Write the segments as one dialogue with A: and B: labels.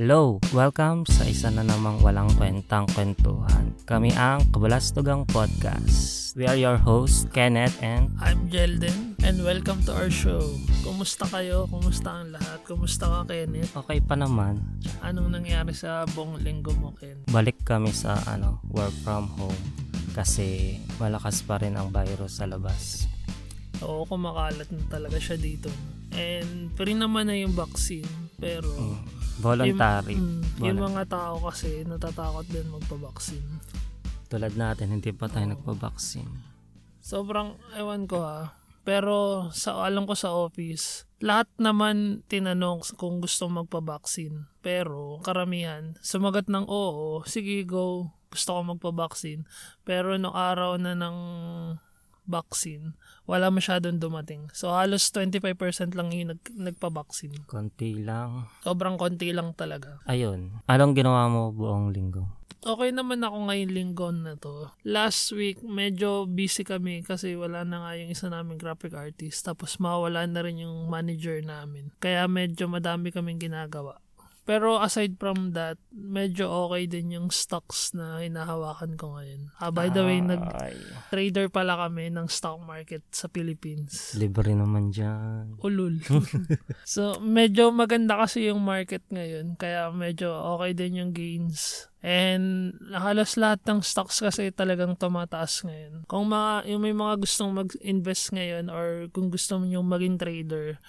A: Hello! Welcome sa isa na namang walang kwentang kwentuhan. Kami ang Kabalastugang Podcast. We are your hosts, Kenneth and
B: I'm Jelden and welcome to our show. Kumusta kayo? Kumusta ang lahat? Kumusta ka, Kenneth?
A: okay pa naman.
B: Anong nangyari sa buong linggo mo, Ken?
A: Balik kami sa ano, work from home kasi malakas pa rin ang virus sa labas.
B: Oo, kumakalat na talaga siya dito. And free naman na yung vaccine. Pero
A: Mm. Voluntary.
B: Yung, mm, yung
A: Wala.
B: mga tao kasi natatakot din magpa-vaccine.
A: Tulad natin, hindi pa tayo nagpa-vaccine.
B: Sobrang ewan ko ha. Pero sa alam ko sa office, lahat naman tinanong kung gusto magpa-vaccine. Pero karamihan, sumagot ng oo, sige go, gusto ko magpa-vaccine. Pero no araw na ng vaccine, wala masyadong dumating. So halos 25% lang yung nag- nagpa-vaccine.
A: Konti lang.
B: Sobrang konti lang talaga.
A: Ayun. Anong ginawa mo buong linggo?
B: okay naman ako ngayong linggo na to. Last week, medyo busy kami kasi wala na nga yung isa namin graphic artist. Tapos mawala na rin yung manager namin. Kaya medyo madami kaming ginagawa. Pero aside from that, medyo okay din yung stocks na hinahawakan ko ngayon. Ah, by the way,
A: Ay,
B: nag-trader pala kami ng stock market sa Philippines.
A: libre naman dyan.
B: Ulul. so, medyo maganda kasi yung market ngayon. Kaya medyo okay din yung gains. And halos lahat ng stocks kasi talagang tumataas ngayon. Kung mga, yung may mga gustong mag-invest ngayon or kung gusto mo yung maging trader,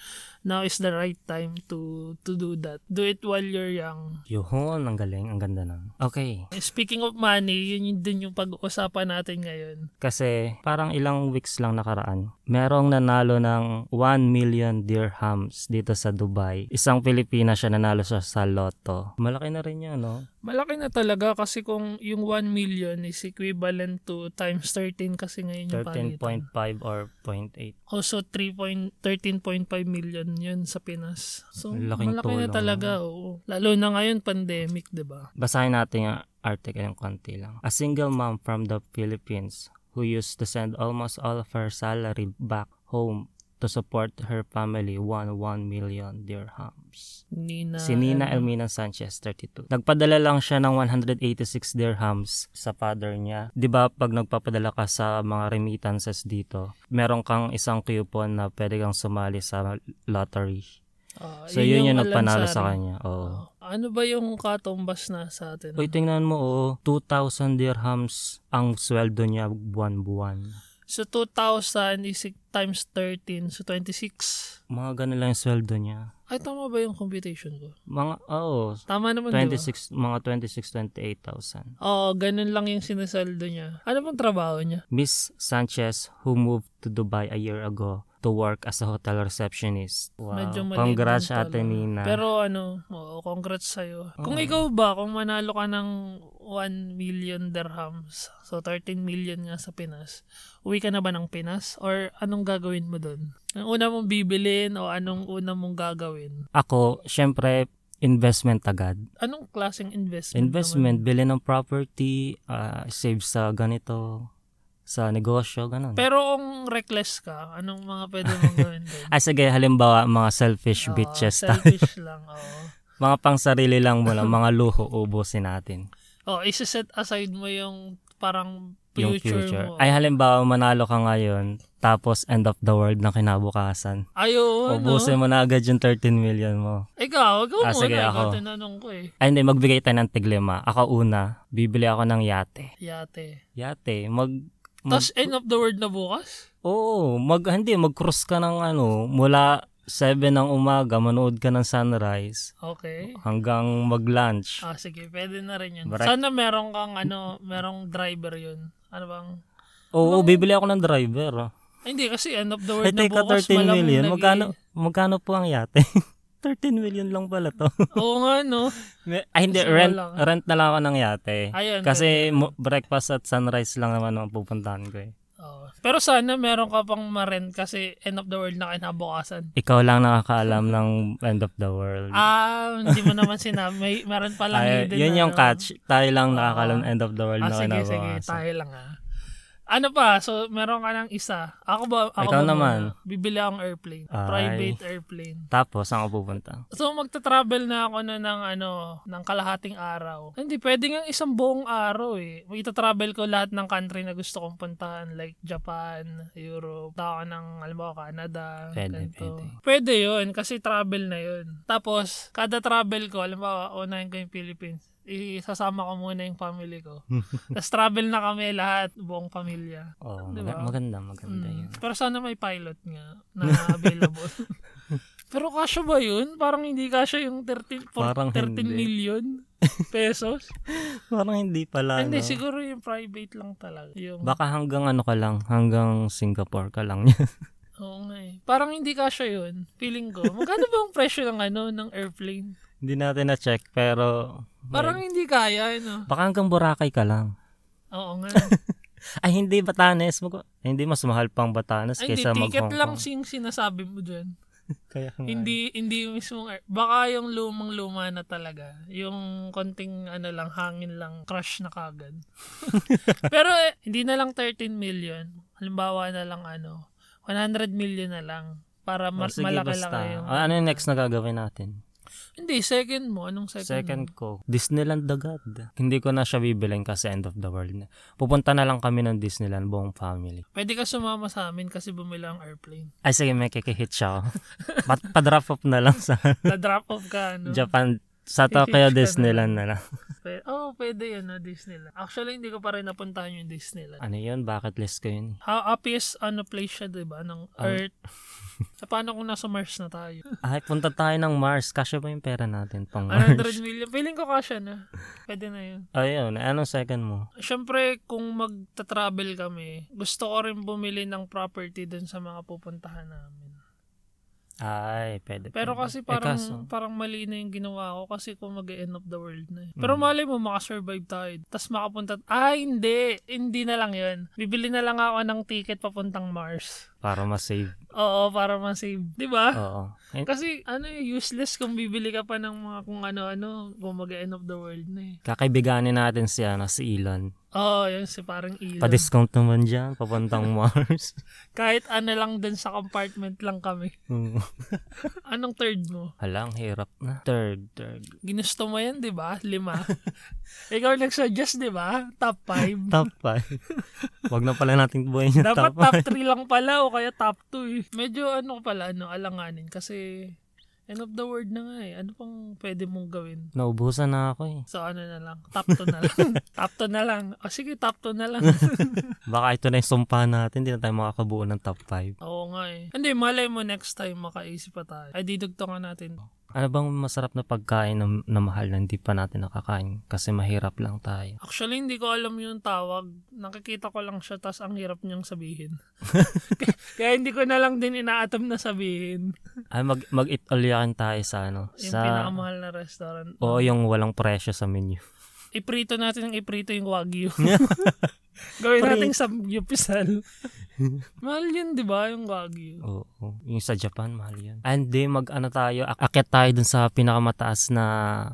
B: now is the right time to to do that. Do it while you're young.
A: Yun, ang galing. Ang ganda na. Okay.
B: Speaking of money, yun yun din yung pag-uusapan natin ngayon.
A: Kasi parang ilang weeks lang nakaraan, merong nanalo ng 1 million dirhams dito sa Dubai. Isang Pilipina siya nanalo siya sa loto. Malaki na rin yun, no?
B: Malaki na talaga kasi kung yung 1 million is equivalent to times 13 kasi ngayon yung palitan.
A: 13.5 or 0.8.
B: Also 3.13.5 million yun sa Pinas. So
A: Laking
B: malaki
A: tulong.
B: na talaga. Oo. Lalo na ngayon pandemic, 'di ba?
A: Basahin natin yung article ng konti lang. A single mom from the Philippines who used to send almost all of her salary back home to support her family won 1 million dirhams.
B: Nina.
A: Si Nina Elmina Sanchez, 32. Nagpadala lang siya ng 186 dirhams sa father niya. 'Di ba pag nagpapadala ka sa mga remittances dito, meron kang isang coupon na pwede kang sumali sa lottery.
B: Ah,
A: So yun, yung
B: Alan
A: nagpanalo
B: Sari.
A: sa kanya. Oo.
B: Ah, ano ba yung katumbas na sa atin?
A: Uy, tingnan mo, oh, 2,000 dirhams ang sweldo niya buwan-buwan.
B: So 2,000 is times 13. So 26.
A: Mga ganun lang yung sweldo niya.
B: Ay, tama ba yung computation ko?
A: Mga, oh,
B: Tama naman, 26.
A: 26, mga 26, 28,000.
B: Oo, ganun lang yung sinasaldo niya. Ano bang trabaho niya?
A: Miss Sanchez, who moved to Dubai a year ago to work as a hotel receptionist. Wow.
B: Medyo maliit
A: Congrats,
B: lang
A: Ate
B: talaga.
A: Nina.
B: Pero ano, oo, congrats sa'yo. Kung
A: Oo.
B: ikaw ba, kung manalo ka ng 1 million dirhams, so 13 million nga sa Pinas, uwi ka na ba ng Pinas? Or anong gagawin mo doon? Ang una mong bibilin o anong una mong gagawin?
A: Ako, syempre, investment agad.
B: Anong klaseng investment?
A: Investment, bili ng property, ah, save sa ganito, sa negosyo, ganun.
B: naman? Pero kung reckless ka, anong mga pwede mong gawin doon?
A: Ay, Ah, sige, halimbawa, mga selfish
B: Oo,
A: bitches. ta-
B: Selfish lang, oo.
A: mga pang sarili lang mo lang, mga luho, ubusin natin.
B: Oh, isa-set aside mo yung parang
A: Yung
B: future,
A: future.
B: mo.
A: Ay, halimbawa, manalo ka ngayon, tapos end of the world na kinabukasan.
B: Ayaw, Oh, no?
A: Ubusin mo na agad yung 13 million mo.
B: Ikaw, ikaw
A: Ah,
B: muna.
A: sige,
B: ikaw
A: ako.
B: tinanong ko eh.
A: Ay, hindi, magbigay tayo ng tiglima. Ako una, bibili ako ng yate.
B: Yate.
A: Yate, mag... mag
B: Tapos end of the world na bukas?
A: oo, mag, hindi, mag-cruise ka ng ano, mula 7 ng umaga, manood ka ng sunrise,
B: Okay.
A: hanggang mag-lunch.
B: Ah, sige. Pwede na rin yun.
A: Correct.
B: Sana meron kang ano, merong driver yun. Ano bang?
A: Oo, bibili ako ng driver. ah.
B: Ay, hindi kasi end of the
A: Ay,
B: world na
A: teka,
B: bukas.
A: 13
B: malamang
A: million.
B: nag-
A: Magkano, magkano po ang yate? 13 million lang pala to.
B: Oo nga, no?
A: Me- Ay, hindi,
B: Kasi
A: rent,
B: wala.
A: rent na lang ako ng yate.
B: Ayun.
A: Kasi mo- breakfast at sunrise lang naman ang pupuntahan ko eh.
B: Oo. Pero sana meron ka pang ma-rent kasi end of the world na kinabukasan.
A: Ikaw lang nakakaalam ng end of the world.
B: Ah, hindi mo naman sinabi. May, meron palang
A: Ay,
B: hidden
A: yun
B: na,
A: yung
B: ano.
A: catch. Tayo lang
B: Oo.
A: nakakalam ng end of the world
B: Ah,
A: na
B: sige, sige.
A: kinabukasan.
B: Tayo lang ah. Ano pa? So, meron ka ng isa. Ako ba? Ako
A: Ikaw
B: ba
A: naman.
B: muna? Bibili akong airplane.
A: Ay.
B: Private airplane.
A: Tapos, saan ka pupunta?
B: So magta-travel na ako na ng ano, ng kalahating araw. Hindi pwede nga isang buong araw eh. Magta-travel ko lahat ng country na gusto kong puntahan like Japan, Europe, tao ng alam mo Canada,
A: Pwede,
B: ganito.
A: pwede.
B: Pwede 'yun kasi travel na 'yun. Tapos kada travel ko, alam mo, unahin ko yung Philippines isasama ko muna yung family ko. Tapos travel na kami lahat, buong pamilya.
A: Oo, Oh, mag-
B: Diba?
A: maganda, maganda
B: Mm.
A: yun.
B: Pero sana may pilot nga na available. Pero kasya ba yun? Parang hindi kasya yung 13, for-
A: Parang
B: 13
A: hindi.
B: million pesos.
A: Parang hindi pala, no?
B: hindi, siguro yung private lang talaga. Yung,
A: Baka hanggang ano ka lang, hanggang Singapore ka lang yun.
B: oo nga eh. Parang hindi kasya yun. Feeling ko. Magkano ba ang presyo ng ano, ng airplane?
A: hindi natin na-check, pero...
B: Parang hindi kaya, ano?
A: Baka hanggang Boracay ka lang.
B: Oo nga.
A: Ay, hindi Batanes. Mag- Ay, hindi, mas mahal pang Batanes
B: Ay, hindi,
A: kaysa mag
B: ticket
A: Hong
B: lang
A: Kong.
B: sing sinasabi mo dyan.
A: Kaya nga.
B: Hindi, hindi mismo. Baka yung lumang-luma na talaga. Yung konting ano lang, hangin lang, crush na kagad. Pero eh, hindi na lang 13 million. Halimbawa na lang ano, 100 million na lang.
A: Oh,
B: Para mas
A: sige,
B: malaki
A: basta.
B: lang yung...
A: Ah, ano yung next na gagawin natin?
B: Hindi, second mo. Anong second?
A: Second
B: mo?
A: ko, Disneyland Dagad. Hindi ko na siya bibilin kasi end of the world na. Pupunta na lang kami ng Disneyland buong family.
B: Pwede ka sumama sa amin kasi bumili ang airplane.
A: Ay, sige, may kikihit siya ako. Pa- pa-drop off na lang sa
B: Na-drop off ka, ano?
A: Japan. Sa
B: Kikihit ka
A: Tokyo
B: na.
A: Disneyland na lang.
B: Pwede- oh, pwede yun, no? Disneyland. Actually, hindi ko pa rin napuntahan yung Disneyland.
A: Ano yun? Bucket list ko yun.
B: How obvious ano place siya, 'di ba, ng
A: Ang-
B: Earth. Sa paano kung nasa Mars na tayo?
A: Ay, punta tayo ng Mars. Kasya ba yung pera natin pang Mars?
B: 100 million. Feeling ko kasha na. Pwede na 'yun.
A: Ayun, anong second mo?
B: Siyempre, kung magta-travel kami, gusto ko rin bumili ng property dun sa mga pupuntahan namin.
A: Ay, pwede.
B: Pero
A: pwede.
B: kasi
A: Eh,
B: parang
A: kaso,
B: parang mali na yung ginawa ko kasi kung mag end of the world na. eh.
A: Mm.
B: Pero mali mo, makasurvive tayo. Tapos makapunta, ay hindi, hindi na lang yun. Bibili na lang ako ng ticket papuntang Mars.
A: para ma-save.
B: Oo, para ma-save. 'Di ba?
A: Oo. Ay,
B: Kasi ano eh, useless kung bibili ka pa ng mga kung ano-ano kung mag-end of the world na eh.
A: Kakaibiganin natin si, ano, si Elon.
B: Oo, oh, yun si parang ilaw.
A: Pa-discount naman dyan, papuntang Mars.
B: Kahit ano lang din sa compartment lang kami.
A: Hmm.
B: Anong third mo?
A: Halang, hirap na. Third, third.
B: Ginusto mo yan, di ba? Lima. Ikaw nagsuggest, di ba? Top five.
A: Top 5. Wag na pala nating buhayin yung
B: Dapat
A: top
B: top three lang pala o kaya top two eh. Medyo ano pala, ano, alanganin kasi end of the world na nga eh. Ano pang pwede mong gawin?
A: 5. Naubusan na ako eh.
B: So ano na lang, top 2 na lang. top 2 na lang. O sige, top 2 na lang.
A: Baka ito na yung sumpa natin, hindi na tayo makakabuo ng top 5.
B: Oo nga eh. Hindi, malay mo next time makaisip pa tayo. Ay, didugtongan natin.
A: Ano bang masarap na pagkain na, na mahal na hindi pa natin nakakain kasi mahirap lang tayo?
B: Actually, hindi ko alam yung tawag. Nakikita ko lang siya, tas ang hirap niyang sabihin. Kaya- kaya hindi ko na lang din inaatam na sabihin.
A: Ay, mag, mag-eat all yakin tayo sa ano?
B: Yung
A: Sa,
B: pinakamahal na restaurant.
A: oo, yung walang presyo sa menu.
B: Iprito natin ng iprito yung wagyu. Gawin
A: Pare-
B: natin sa yupisal. Mahal yun, di ba, yung wagyu?
A: Oo. Yung sa Japan, mahal yun. And then, mag-ano tayo, ak- akyat tayo dun sa pinakamataas na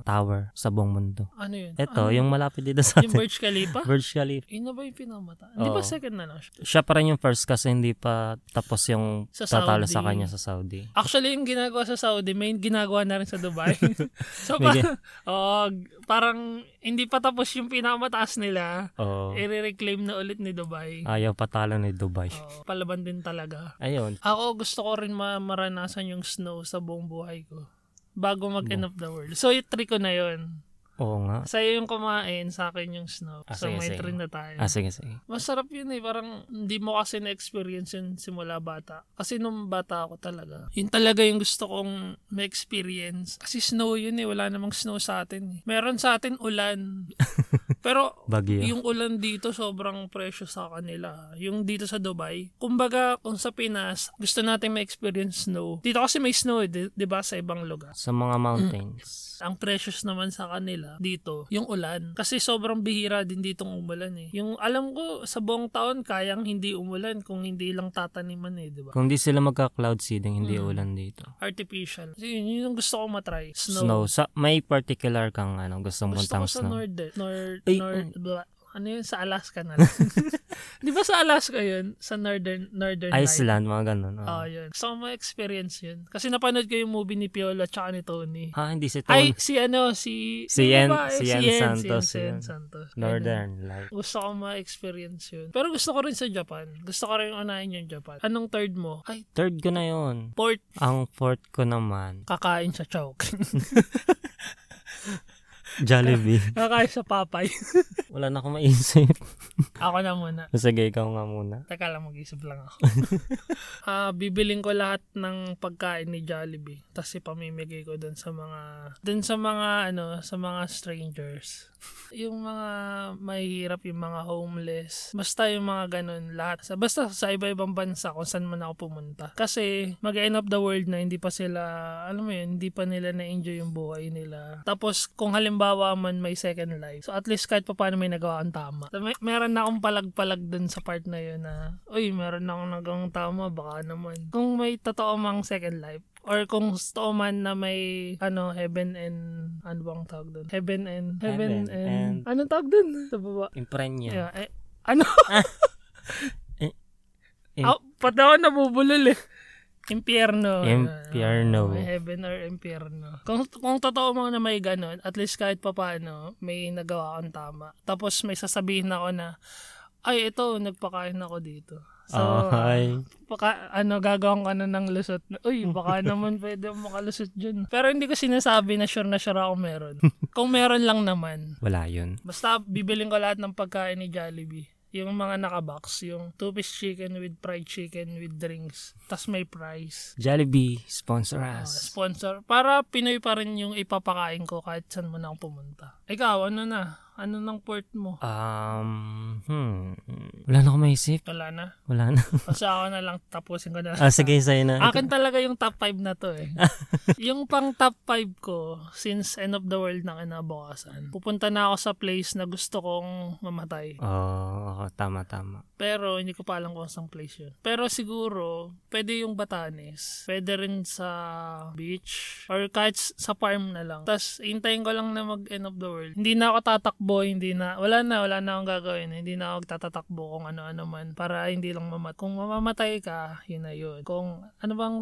A: tower sa buong mundo.
B: Ano yun?
A: Eto,
B: Ano?
A: yung malapit dito sa
B: Yung
A: atin.
B: Burj Khalifa?
A: Burj Khalifa.
B: Yun na ba yung pinamata? Hindi ba
A: Oo.
B: second na lang siya?
A: Siya pa rin yung first kasi hindi pa tapos yung
B: Sa
A: tatalo
B: Saudi.
A: sa kanya sa Saudi.
B: Actually, yung ginagawa sa Saudi, may ginagawa na rin sa Dubai. so,
A: May
B: parang, oh, parang hindi pa tapos yung pinakamataas nila,
A: Oo.
B: i-reclaim na ulit ni Dubai.
A: Ayaw patalo ni Dubai.
B: Oo, palaban din talaga.
A: Ayun.
B: Ako gusto ko rin ma- maranasan yung snow sa buong buhay ko bago mag-end of the world. So, yung trick ko na yun.
A: Oo nga.
B: Sa'yo yung kumain, sa akin yung snow.
A: Ah,
B: so,
A: sige,
B: may
A: sige.
B: trend na tayo.
A: Ah, sige, sige.
B: Masarap yun eh. Parang hindi mo kasi na-experience yun simula bata. Kasi nung bata ako talaga, yun talaga yung gusto kong ma-experience. Kasi snow yun eh. Wala namang snow sa atin eh. Meron sa atin ulan. Pero
A: Bagyo.
B: yung ulan dito sobrang presyo sa kanila. Yung dito sa Dubai. Kumbaga, kung sa Pinas, gusto natin ma-experience snow. Dito kasi may snow eh, di, di ba sa ibang lugar.
A: Sa mga mountains.
B: Ang precious naman sa kanila dito, yung ulan. Kasi sobrang bihira din ditong umulan eh. Yung alam ko, sa buong taon, kayang hindi umulan kung hindi lang tataniman eh, di ba?
A: Kung di sila magka-cloud seeding, hindi
B: Mm.
A: ulan dito.
B: Artificial. Kasi yun, yun yung gusto ko matry.
A: Snow.
B: Snow.
A: Sa, may particular kang ano, gustong
B: gusto
A: puntang
B: ko sa
A: snow.
B: North eh. North,
A: Ay, um,
B: North, blah. ano yun, sa Alaska na lang. Di ba sa Alaska yun? Sa Northern, Northern Lights?
A: Iceland, mga ganun. oo.
B: Ah, yun. Gusto ko ma-experience yun. Kasi napanood ko yung movie ni Piola tsaka ni Tony.
A: ah, hindi si
B: Ay,
A: Tony.
B: si ano, si...
A: Si Yen-
B: yung babae,
A: si Yen Santos
B: si Yen
A: yun.
B: Santos. Ganun.
A: Northern Light.
B: Gusto ko ma-experience yun. Pero gusto ko rin sa Japan. Gusto ko rin unahin yung Japan. Anong third mo? Ay,
A: Third ko na yun.
B: port.
A: Ang fourth ko naman,
B: Kakain sa Chowk.
A: Jollibee.
B: Kakain sa Papay.
A: Wala na akong maisip.
B: Ako na muna.
A: Sige, ikaw nga muna.
B: Teka lang, mag-isip lang ako. Ah, bibiling ko lahat ng pagkain ni Jollibee. Tapos ipamimigay ko dun sa mga, dun sa mga, ano, sa mga strangers. Yung mga mahihirap, yung mga homeless. Basta yung mga ganun lahat. Sa- Basta sa iba-ibang bansa kung saan man ako pumunta. Kasi mag-end up the world na hindi pa sila, alam mo yun, hindi pa nila na-enjoy yung buhay nila. Tapos kung halimbawa man may second life, so at least kahit pa paano may nagawa ang tama. So, may, meron na akong palag-palag dun sa part na yun na, uy, meron na akong nagawang tama, baka naman. Kung may totoo mang second life, or kung totoo man na may ano heaven and ano bang tawag doon heaven and heaven,
A: Heaven
B: and,
A: and-
B: ano tawag doon sa baba
A: Imprenya.
B: yeah, eh, ano
A: Im-
B: Ah, pati ako nabubulol eh. Impierno.
A: Impierno.
B: May heaven or impierno. Kung, kung totoo mo na may ganun, at least kahit papaano, may nagawa akong tama. Tapos may sasabihin ako na, ay ito, nagpakain ako dito. So, uh,
A: Ay.
B: baka, ano, gagawin ka na ng lusot. na, Uy, baka naman pwede akong makalusot dyan. Pero hindi ko sinasabi na sure na sure ako meron. Kung meron lang naman,
A: Wala yun.
B: Basta bibiling ko lahat ng pagkain ni Jollibee. Yung mga nakabox, yung two-piece chicken with fried chicken with drinks. Tapos may price.
A: Jollibee, sponsor
B: Ah,
A: us.
B: sponsor. Para Pinoy pa rin yung ipapakain ko kahit saan man ako pumunta. Ikaw, ano na? Ano ng port mo?
A: Um, hmm. Wala na akong maisip.
B: Wala na.
A: Wala na.
B: Kasi ako na lang tapusin ko na.
A: ah, sige, sa'yo na.
B: Akin talaga yung top 5 na to eh. yung pang top 5 ko, since end of the world na kinabukasan, pupunta na ako sa place na gusto kong mamatay.
A: Oo, Oh, tama, tama.
B: Pero hindi ko pa alam kung saan place yun. Pero siguro, pwede yung Batanes. Pwede rin sa beach. Or kahit s- sa farm na lang. Tapos, hintayin ko lang na mag-end of the world. Hindi na ako tatakbo, hindi na, wala na, wala na akong gagawin. Hindi na ako tatatakbo kung ano-ano man. Para hindi lang mamatay. Kung mamamatay ka, yun na yun. Kung ano bang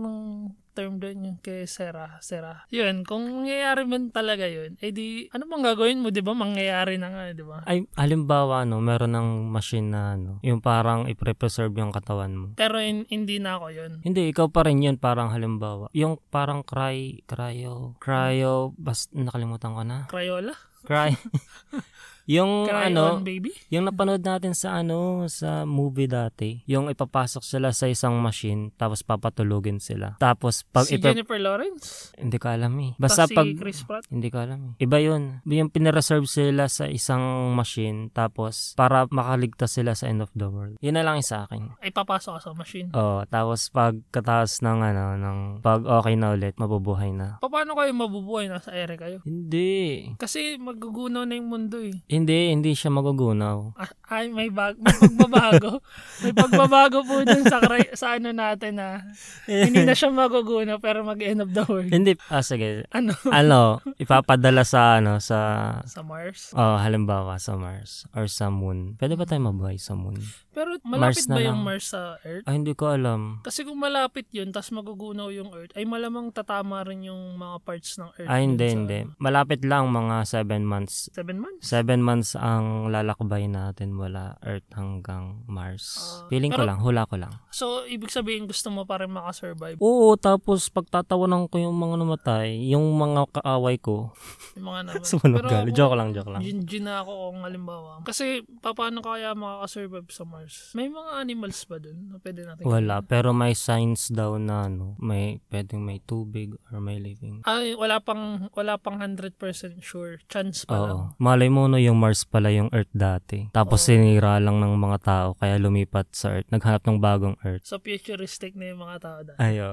B: term doon yung kay Sarah, Sarah. Yun, kung mangyayari man talaga yun, eh di, ano bang gagawin mo, di ba? Mangyayari na nga, eh, di ba?
A: Ay, halimbawa, no, meron ng machine na, ano, yung parang ipre-preserve yung katawan mo.
B: Pero hin- hindi na ako yun.
A: Hindi, ikaw pa rin yun, parang halimbawa. Yung parang cry, cryo, cryo, bas, nakalimutan ko na.
B: Crayola?
A: Cry. yung
B: Cry
A: ano,
B: on baby?
A: yung napanood natin sa ano, sa movie dati, yung ipapasok sila sa isang machine, tapos papatulugin sila. Tapos pag
B: si
A: ipa-
B: Jennifer Lawrence?
A: hindi ko alam eh. Basta
B: Basta si
A: pag,
B: Chris Pratt?
A: hindi ko alam eh. Iba yun. Yung pinareserve sila sa isang machine, tapos para makaligtas sila sa end of the world. Yun na lang yung sa akin.
B: Ay, papasok ka sa machine.
A: Oo, tapos pagkataas ng ano, ng pag okay na ulit, mabubuhay na.
B: Pa- Paano kayo mabubuhay? Nasa ere kayo?
A: Hindi.
B: Kasi magugunaw na yung mundo eh.
A: Hindi, hindi siya magugunaw.
B: Ah, Ay, may, bag, may pagbabago. may pagbabago po dun sa, kray- sa ano natin ah. Hindi na siya magugunaw pero mag-end of the world.
A: Hindi, ah sige.
B: Ano?
A: Ano, ipapadala sa ano, sa
B: sa Mars?
A: Oh, halimbawa sa Mars or sa Moon. Pwede ba tayo mabuhay sa Moon?
B: Pero malapit
A: Mars na
B: ba yung
A: lang.
B: Mars sa Earth?
A: Ay, hindi ko alam.
B: Kasi kung malapit yun, tas magugunaw yung Earth, ay malamang tatama rin yung mga parts ng Earth.
A: Ay, Ah,
B: dun
A: hindi,
B: sa-
A: hindi. Malapit lang mga 7 months.
B: Seven months?
A: Seven months ang lalakbay natin mula Earth hanggang Mars.
B: Ah,
A: Feeling ko
B: pero-
A: lang, hula ko lang.
B: So, ibig sabihin gusto mo pa rin makasurvive.
A: Oo, tapos pagtatawanan ko yung mga namatay, yung mga kaaway ko,
B: Yung mga naman.
A: sumunod
B: Pero
A: gali.
B: ako,
A: Joke lang, joke lang.
B: Gin, gin na ako kung halimbawa. Kasi paano kaya makakasurvive sa Mars? May mga animals ba dun na pwede natin?
A: Wala, pero may signs daw na ano, may pwedeng may tubig or may living.
B: Ay, Ah, wala pang wala pang 100% sure. Chance pa
A: Oo.
B: lang.
A: Malay mo no, yung Mars pala yung Earth dati. Tapos
B: Oo.
A: sinira lang ng mga tao kaya lumipat sa Earth. Naghanap ng bagong Earth.
B: So futuristic na yung mga tao dahil.
A: Ayo.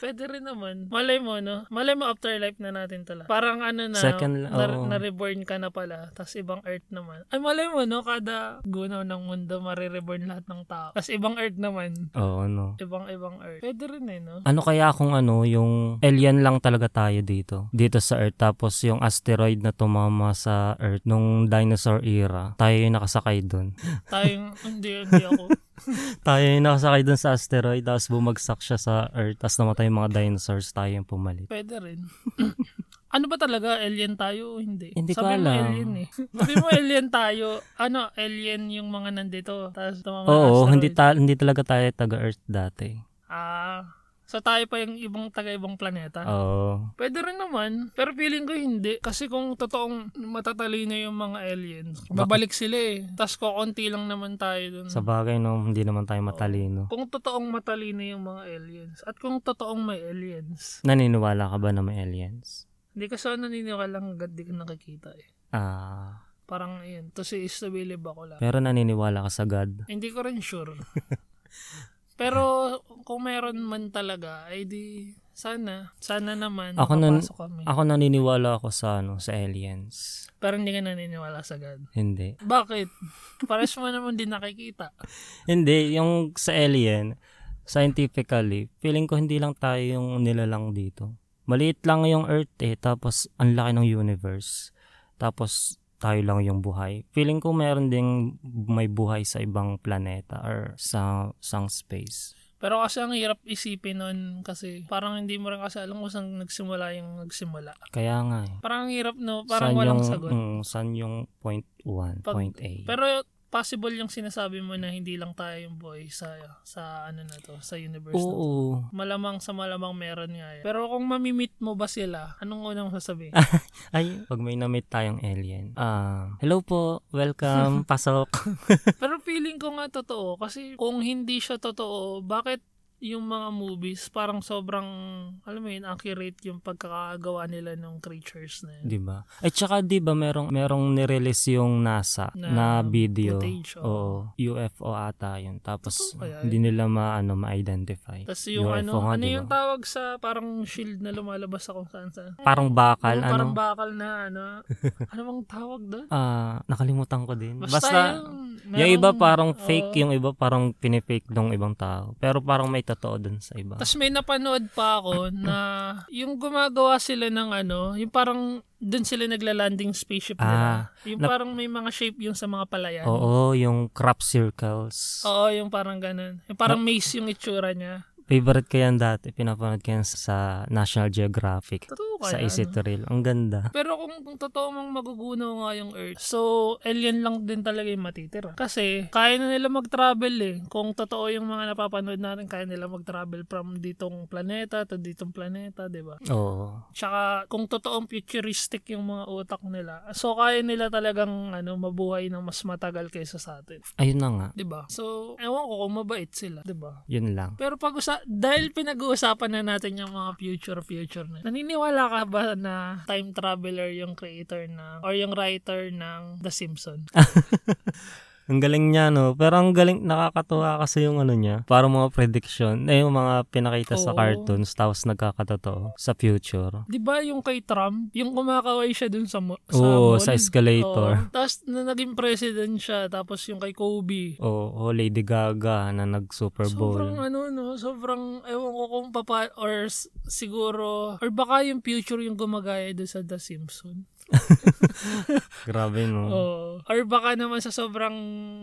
B: Pwede rin naman. Malay mo, no? Malay mo afterlife na natin tala. Parang ano na,
A: Second- oo.
B: na, reborn ka na pala. Tapos ibang earth naman. Ay, malay mo, no? Kada gunaw ng mundo, marireborn lahat ng tao. Tapos ibang earth naman.
A: Oo, no.
B: Ibang-ibang earth. Pwede rin eh, no?
A: Ano kaya kung ano, yung alien lang talaga tayo dito. Dito sa Earth. Tapos yung asteroid na tumama sa Earth Earth nung dinosaur era. Tayo yung nakasakay dun.
B: Tayong, hindi, hindi ako.
A: tayo yung nakasakay dun sa asteroid tapos bumagsak siya sa Earth tapos namatay yung mga dinosaurs tayo yung pumalit.
B: Pwede rin. ano ba talaga? Alien tayo o hindi?
A: Hindi ko
B: Sabi mo
A: alam.
B: alien eh. Sabi mo alien tayo. Ano, alien yung mga nandito. Tapos tumama ng
A: Oo,
B: asteroid.
A: hindi, ta- hindi talaga tayo taga-Earth dati.
B: Ah, so tayo pa yung ibang
A: Ah.
B: taga-ibang planeta.
A: Oo.
B: Pwede rin naman, pero feeling ko hindi. Kasi kung totoong matatalino yung mga aliens, babalik sila eh. Tapos kokonti lang naman tayo dun.
A: Sa bagay no, hindi naman tayo matalino.
B: Kung totoong matalino yung mga aliens, at kung totoong may aliens,
A: Naniniwala ka ba na may aliens?
B: hindi ko sa naniniwala lang agad di ko nakikita eh.
A: Ah,
B: Parang yun, to si Istabilib ako lang.
A: pero naniniwala ka sa God.
B: Hindi ko rin sure. Pero kung meron man talaga, ay di sana, sana naman
A: Ako nun-
B: makapasok kami.
A: Ako naniniwala ako sa ano, sa aliens.
B: Pero hindi ka naniniwala sa God.
A: Hindi.
B: Bakit? Pares mo naman din nakikita.
A: Hindi, yung sa alien, scientifically, feeling ko hindi lang tayo yung nilalang dito. Maliit lang yung Earth eh, tapos ang laki ng universe. Tapos tayo lang yung buhay. Feeling ko meron ding may buhay sa ibang planeta or sa sang space.
B: Pero kasi ang hirap isipin nun kasi parang hindi mo rin kasi alam kung saan nagsimula yung nagsimula.
A: Kaya nga eh.
B: Parang ang hirap no, parang
A: Saan
B: walang
A: yung,
B: sagot.
A: mm, saan yung point 1,
B: Pag-
A: point A?
B: Pero possible yung sinasabi mo na hindi lang tayo yung buhay sa sa ano na to, sa universe na to.
A: Oo.
B: Malamang sa malamang meron nga yan. Pero kung mamimit mo ba sila, anong unang sasabihin?
A: Ay, pag may na-meet tayong alien. Ah, hello po, welcome, pasok.
B: Pero feeling ko nga totoo. Kasi kung hindi siya totoo, bakit yung mga movies parang sobrang, alam mo yun, accurate yung pagkakagawa nila ng creatures na yun.
A: 'di ba? At saka 'di ba merong merong nirelease yung NASA na,
B: Na
A: video.
B: footage,
A: Oo, UFO ata 'yun. Tapos
B: Totoo kaya
A: hindi nila maano ma-identify.
B: Tapos yung
A: UFO
B: ano,
A: nga,
B: ano
A: di ba?
B: yung tawag sa parang shield na lumalabas sa kung saan saan?
A: Parang bakal
B: Yung
A: ano?
B: Parang bakal na ano. ano bang tawag doon?
A: Ah, nakalimutan ko din. Basta,
B: yung,
A: yung iba parang
B: merong-
A: fake,
B: oo.
A: yung iba parang pinifake ng ibang tao. Pero parang may totoo dun sa iba.
B: Tapos may napanood pa ako na yung gumagawa sila ng ano, yung parang doon sila nagla-landing spaceship nila.
A: Ah,
B: yung
A: nap-
B: parang may mga shape yung sa mga palayan.
A: Oo, yung crop circles.
B: Oo, yung parang ganun. Yung parang maze yung itsura niya.
A: Favorite ko yan dati. Pinapanood ko yan sa National Geographic.
B: Totoo
A: Sa
B: kaya.
A: Isit
B: ano?
A: Reel. Ang ganda.
B: Pero kung, kung totoo mang magugunaw nga yung Earth, so alien lang din talaga yung matitira. Kasi kaya na nila mag-travel eh. Kung totoo yung mga napapanood natin, kaya nila mag-travel from ditong planeta to ditong planeta, di ba?
A: Oo.
B: Tsaka kung totoong futuristic yung mga utak nila. So kaya nila talagang ano mabuhay ng mas matagal kaysa sa atin,
A: Ayun na nga.
B: 'di ba? So ewan ko kung mabait sila, 'di ba?
A: Yun lang.
B: Pero pag usa dahil pinag-uusapan na natin yung mga future future na. Naniniwala ka ba na time traveler yung creator na or yung writer ng The Simpsons?
A: Ah. Ang galing niya, no? Pero ang galing, nakakatuwa kasi yung ano niya. Parang mga prediction. Eh, yung mga pinakita sa
B: Oo.
A: cartoons, tapos nagkakatotoo sa future.
B: 'Di ba yung kay Trump, yung kumakaway siya dun sa, mo- sa
A: Oo,
B: mall?
A: sa escalator.
B: Oo. Tapos na naging president siya, tapos yung kay Kobe,
A: Oo, oh, Lady Gaga na nag-Super Bowl.
B: Sobrang ano no, sobrang ewan ko kung papa or s- siguro or baka yung future yung gumagaya doon sa The Simpsons.
A: Grabe, no?
B: Oo. Or baka naman sa sobrang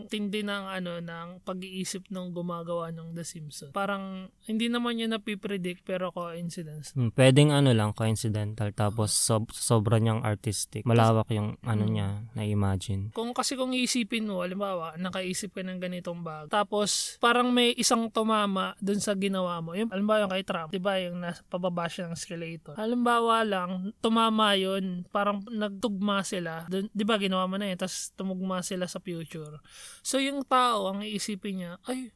B: tindi ng ano ng pag-iisip ng gumagawa ng The Simpsons. Parang hindi naman yun napipredict pero coincidence.
A: Hmm, Pwedeng ano lang, coincidental. Tapos sob- sobra niyang artistic. Malawak yung
B: Mm.
A: ano niya, na-imagine.
B: Kung kasi kung iisipin mo, halimbawa, nakaisip ka ng ganitong bag, tapos parang may isang tumama dun sa ginawa mo. Yung, halimbawa yung kay Trump, di ba, yung nasa pababa siya ng escalator. Halimbawa lang, tumama yun, parang nagtugma sila. Dun, di ba, ginawa mo na yun, tapos tumugma sila sa future. So yung tao, ang iisipin niya, ay,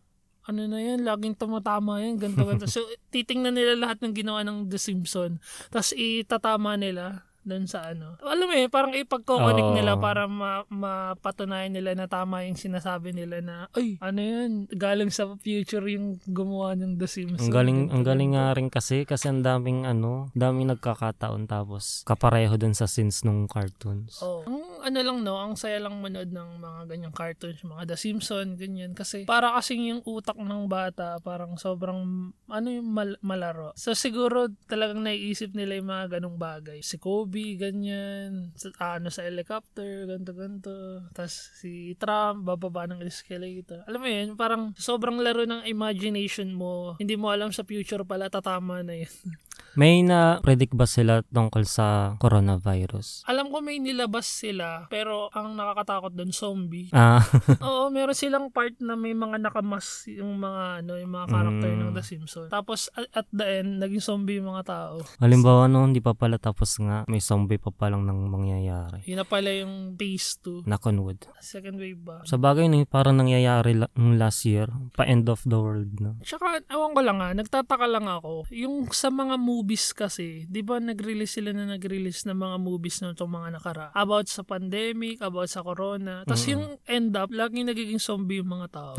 B: ano na yan, laging tumatama yan, ganito, ganito. so, titingnan nila lahat ng ginawa ng The Simpsons. Tapos itatama nila doon sa ano. Alam mo eh, parang ipagkoconnect
A: Oo.
B: nila para ma- mapatunayan nila na tama yung sinasabi nila na, ay, ano yan, galing sa future yung gumawa ng The Simpsons.
A: Ang galing,
B: Ganito,
A: ang galing
B: ganito.
A: nga rin kasi kasi ang daming ano, daming nagkakataon tapos kapareho dun sa scenes nung cartoons.
B: Oo. Ang ang ano lang no, ang saya lang manood ng mga ganyang cartoons, yung mga The Simpsons, ganyan. Kasi para kasing yung utak ng bata, parang sobrang ano yung mal- malaro. So siguro talagang naiisip nila yung mga ganong bagay. Si Kobe, ganyan. Sa, ah, ano sa helicopter, ganto ganto Tapos si Trump, bababa ng escalator. Alam mo yun, parang sobrang laro ng imagination mo. Hindi mo alam sa future pala, tatama na yun.
A: May na-predict ba sila tungkol sa coronavirus?
B: alam ko may nilabas sila, pero ang nakakatakot doon, zombie.
A: Ah,
B: Oo, meron silang part na may mga nakamas yung mga ano, yung mga character
A: Mm.
B: ng The Simpsons. Tapos a- at the end, naging zombie yung mga tao.
A: halimbawa noon, di pa pala tapos nga, may zombie pa palang nang mangyayari.
B: Yun na pala yung phase 2.
A: Knock on wood.
B: Second wave ba?
A: Sa bagay na yun, parang nangyayari la- nung last year, pa end of the world na.
B: Tsaka, awan ko lang ha, nagtataka lang ako. Yung sa mga movies kasi, di ba nag-release sila na nag-release ng mga movies na itong mga nakara. About sa pandemic, about sa corona. Tapos
A: Mm.
B: yung end up, laging nagiging zombie yung mga tao.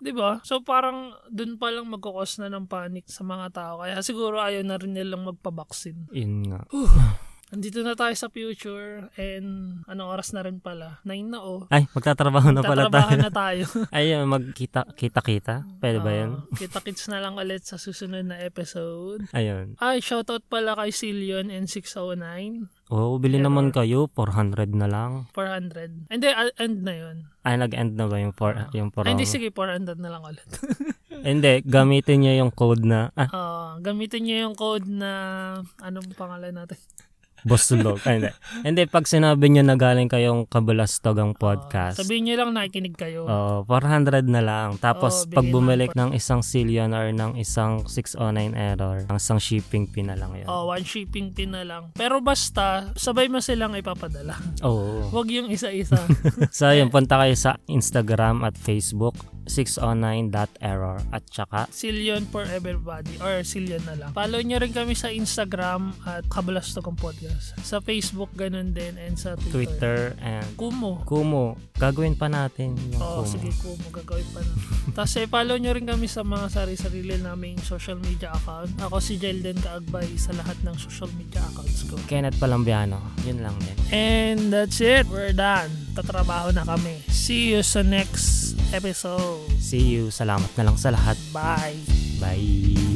B: di ba? So parang dun palang magkakos na ng panic sa mga tao. Kaya siguro ayaw na rin nilang magpabaksin.
A: Yun nga.
B: Andito na tayo sa future and anong oras na rin pala? 9 na oh.
A: Ay, magtatrabaho na pala
B: Tatrabahan
A: tayo.
B: na tayo.
A: Ay, magkita-kita? Pwede ba yun?
B: Ah, kita-kits na lang ulit sa susunod na episode.
A: Ayun.
B: Ay, shoutout pala kay Silion and 609,
A: Oo, bili
B: Error.
A: naman kayo. 400 na lang.
B: 400. Hindi, ah, end na yun.
A: Ay, Ah, nag-end na ba yung, for,
B: Ah.
A: yung
B: Ay,
A: promo?
B: hindi, sige, 400 na lang ulit.
A: Hindi, gamitin niya yung code na, ah,
B: Ah, gamitin niyo yung code na, anong pangalan natin?
A: Boslog. Ay, hindi. hindi, pag sinabi niya na galing kayong kabalastogang podcast,
B: Ah, sabihin niyo lang nakikinig kayo.
A: Oo, 400 na lang. Tapos,
B: Oo,
A: pag
B: Oh, bigay na
A: bumalik
B: lang
A: ng isang zillion or ng isang 609 error, ang isang shipping fee na lang yun.
B: Oh, one shipping pin na lang. Pero basta, sabay mo silang ipapadala.
A: Oo.
B: Huwag yung isa-isa.
A: so, yun, punta kayo sa Instagram at Facebook, 609.error at saka
B: Silion for everybody or Silion na lang. Follow nyo rin kami sa Instagram at Kabalastogang Podcast. Sa Facebook, ganun din and sa Twitter.
A: Twitter and
B: Kumo.
A: Kumu. Gagawin pa natin yung Kumu.
B: Oo, Oh, sige ko, magagawin pa na. Tapos eh, follow nyo rin kami sa mga sari-sarili naming social media account. Ako si Jelden Kaagbay sa lahat ng social media accounts ko.
A: Kenneth Palambiano. Yun lang din.
B: And that's it. We're done. Tatrabaho na kami. See you sa next episode.
A: See you. Salamat na lang sa lahat.
B: Bye.
A: Bye.